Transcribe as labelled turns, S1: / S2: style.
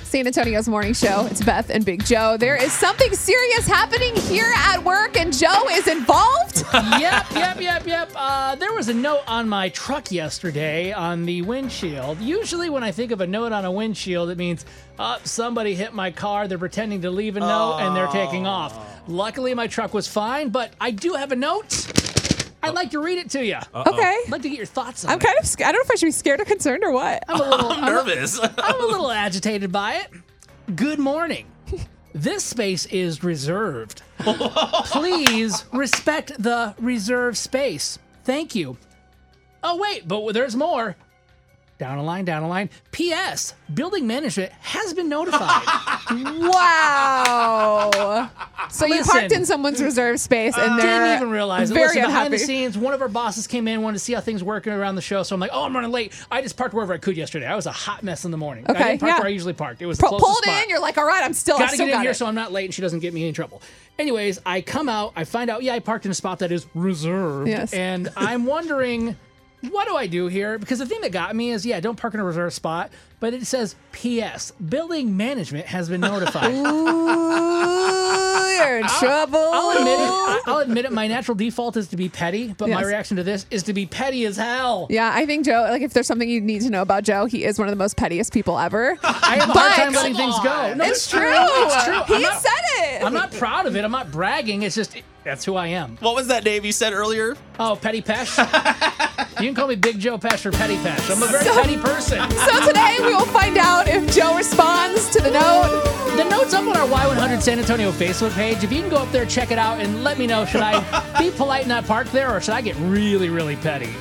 S1: San Antonio's morning show. It's Beth and Big Joe. There is something serious happening here at work, and Joe is involved.
S2: yep, yep, yep, yep. Uh, there was a note on my truck yesterday on the windshield. Usually, when I think of a note on a windshield, it means uh, somebody hit my car. They're pretending to leave a note and they're taking off. Luckily, my truck was fine, but I do have a note. I'd like to read it to you.
S1: Okay.
S2: I'd like to get your thoughts on
S1: I'm
S2: it.
S1: kind of, sc- I don't know if I should be scared or concerned or what.
S2: I'm a little I'm a-
S3: Nervous.
S2: I'm a little agitated by it. Good morning. This space is reserved. Please respect the reserved space. Thank you. Oh, wait, but there's more. Down a line, down a line. P.S. Building management has been notified.
S1: Wow. So you
S2: Listen.
S1: parked in someone's reserved space and they're
S2: Didn't even realize it.
S1: very
S2: Listen, behind
S1: unhappy.
S2: the scenes, one of our bosses came in, wanted to see how things working around the show. So I'm like, oh, I'm running late. I just parked wherever I could yesterday. I was a hot mess in the morning. I
S1: Okay,
S2: didn't park
S1: yeah.
S2: where I usually parked. It was the
S1: Pu-
S2: closest
S1: pulled
S2: spot.
S1: in, you're like, all right, I'm still, I
S2: gotta
S1: still
S2: get in
S1: got
S2: here
S1: it.
S2: so I'm not late and she doesn't get me in trouble. Anyways, I come out, I find out, yeah, I parked in a spot that is reserved.
S1: Yes.
S2: And I'm wondering, what do I do here? Because the thing that got me is, yeah, don't park in a reserved spot, but it says, P.S. Building management has been notified.
S1: Ooh, you're in trouble.
S2: I'll admit it. I'll admit it. My natural default is to be petty, but my
S1: Yes.
S2: reaction to this is to be petty as hell.
S1: Yeah, I think Joe, like if there's something you need to know about Joe, he is one of the most pettiest people ever.
S2: I have a hard
S1: But-
S2: time letting things go. No,
S1: it's true.
S2: It's true. I'm
S1: He
S2: not-
S1: said it.
S2: I'm not proud of it. I'm not bragging. It's just that's who I am.
S3: What was that name you said earlier?
S2: Oh, Petty Pesh? you can call me Big Joe Pesh or Petty Pesh. I'm a very petty person.
S1: so today we will find out if Joe responds to the note.
S2: The note's up on our Y100 San Antonio Facebook page. If you can go up there, check it out, and let me know should I be polite and not park there or should I get really, really petty?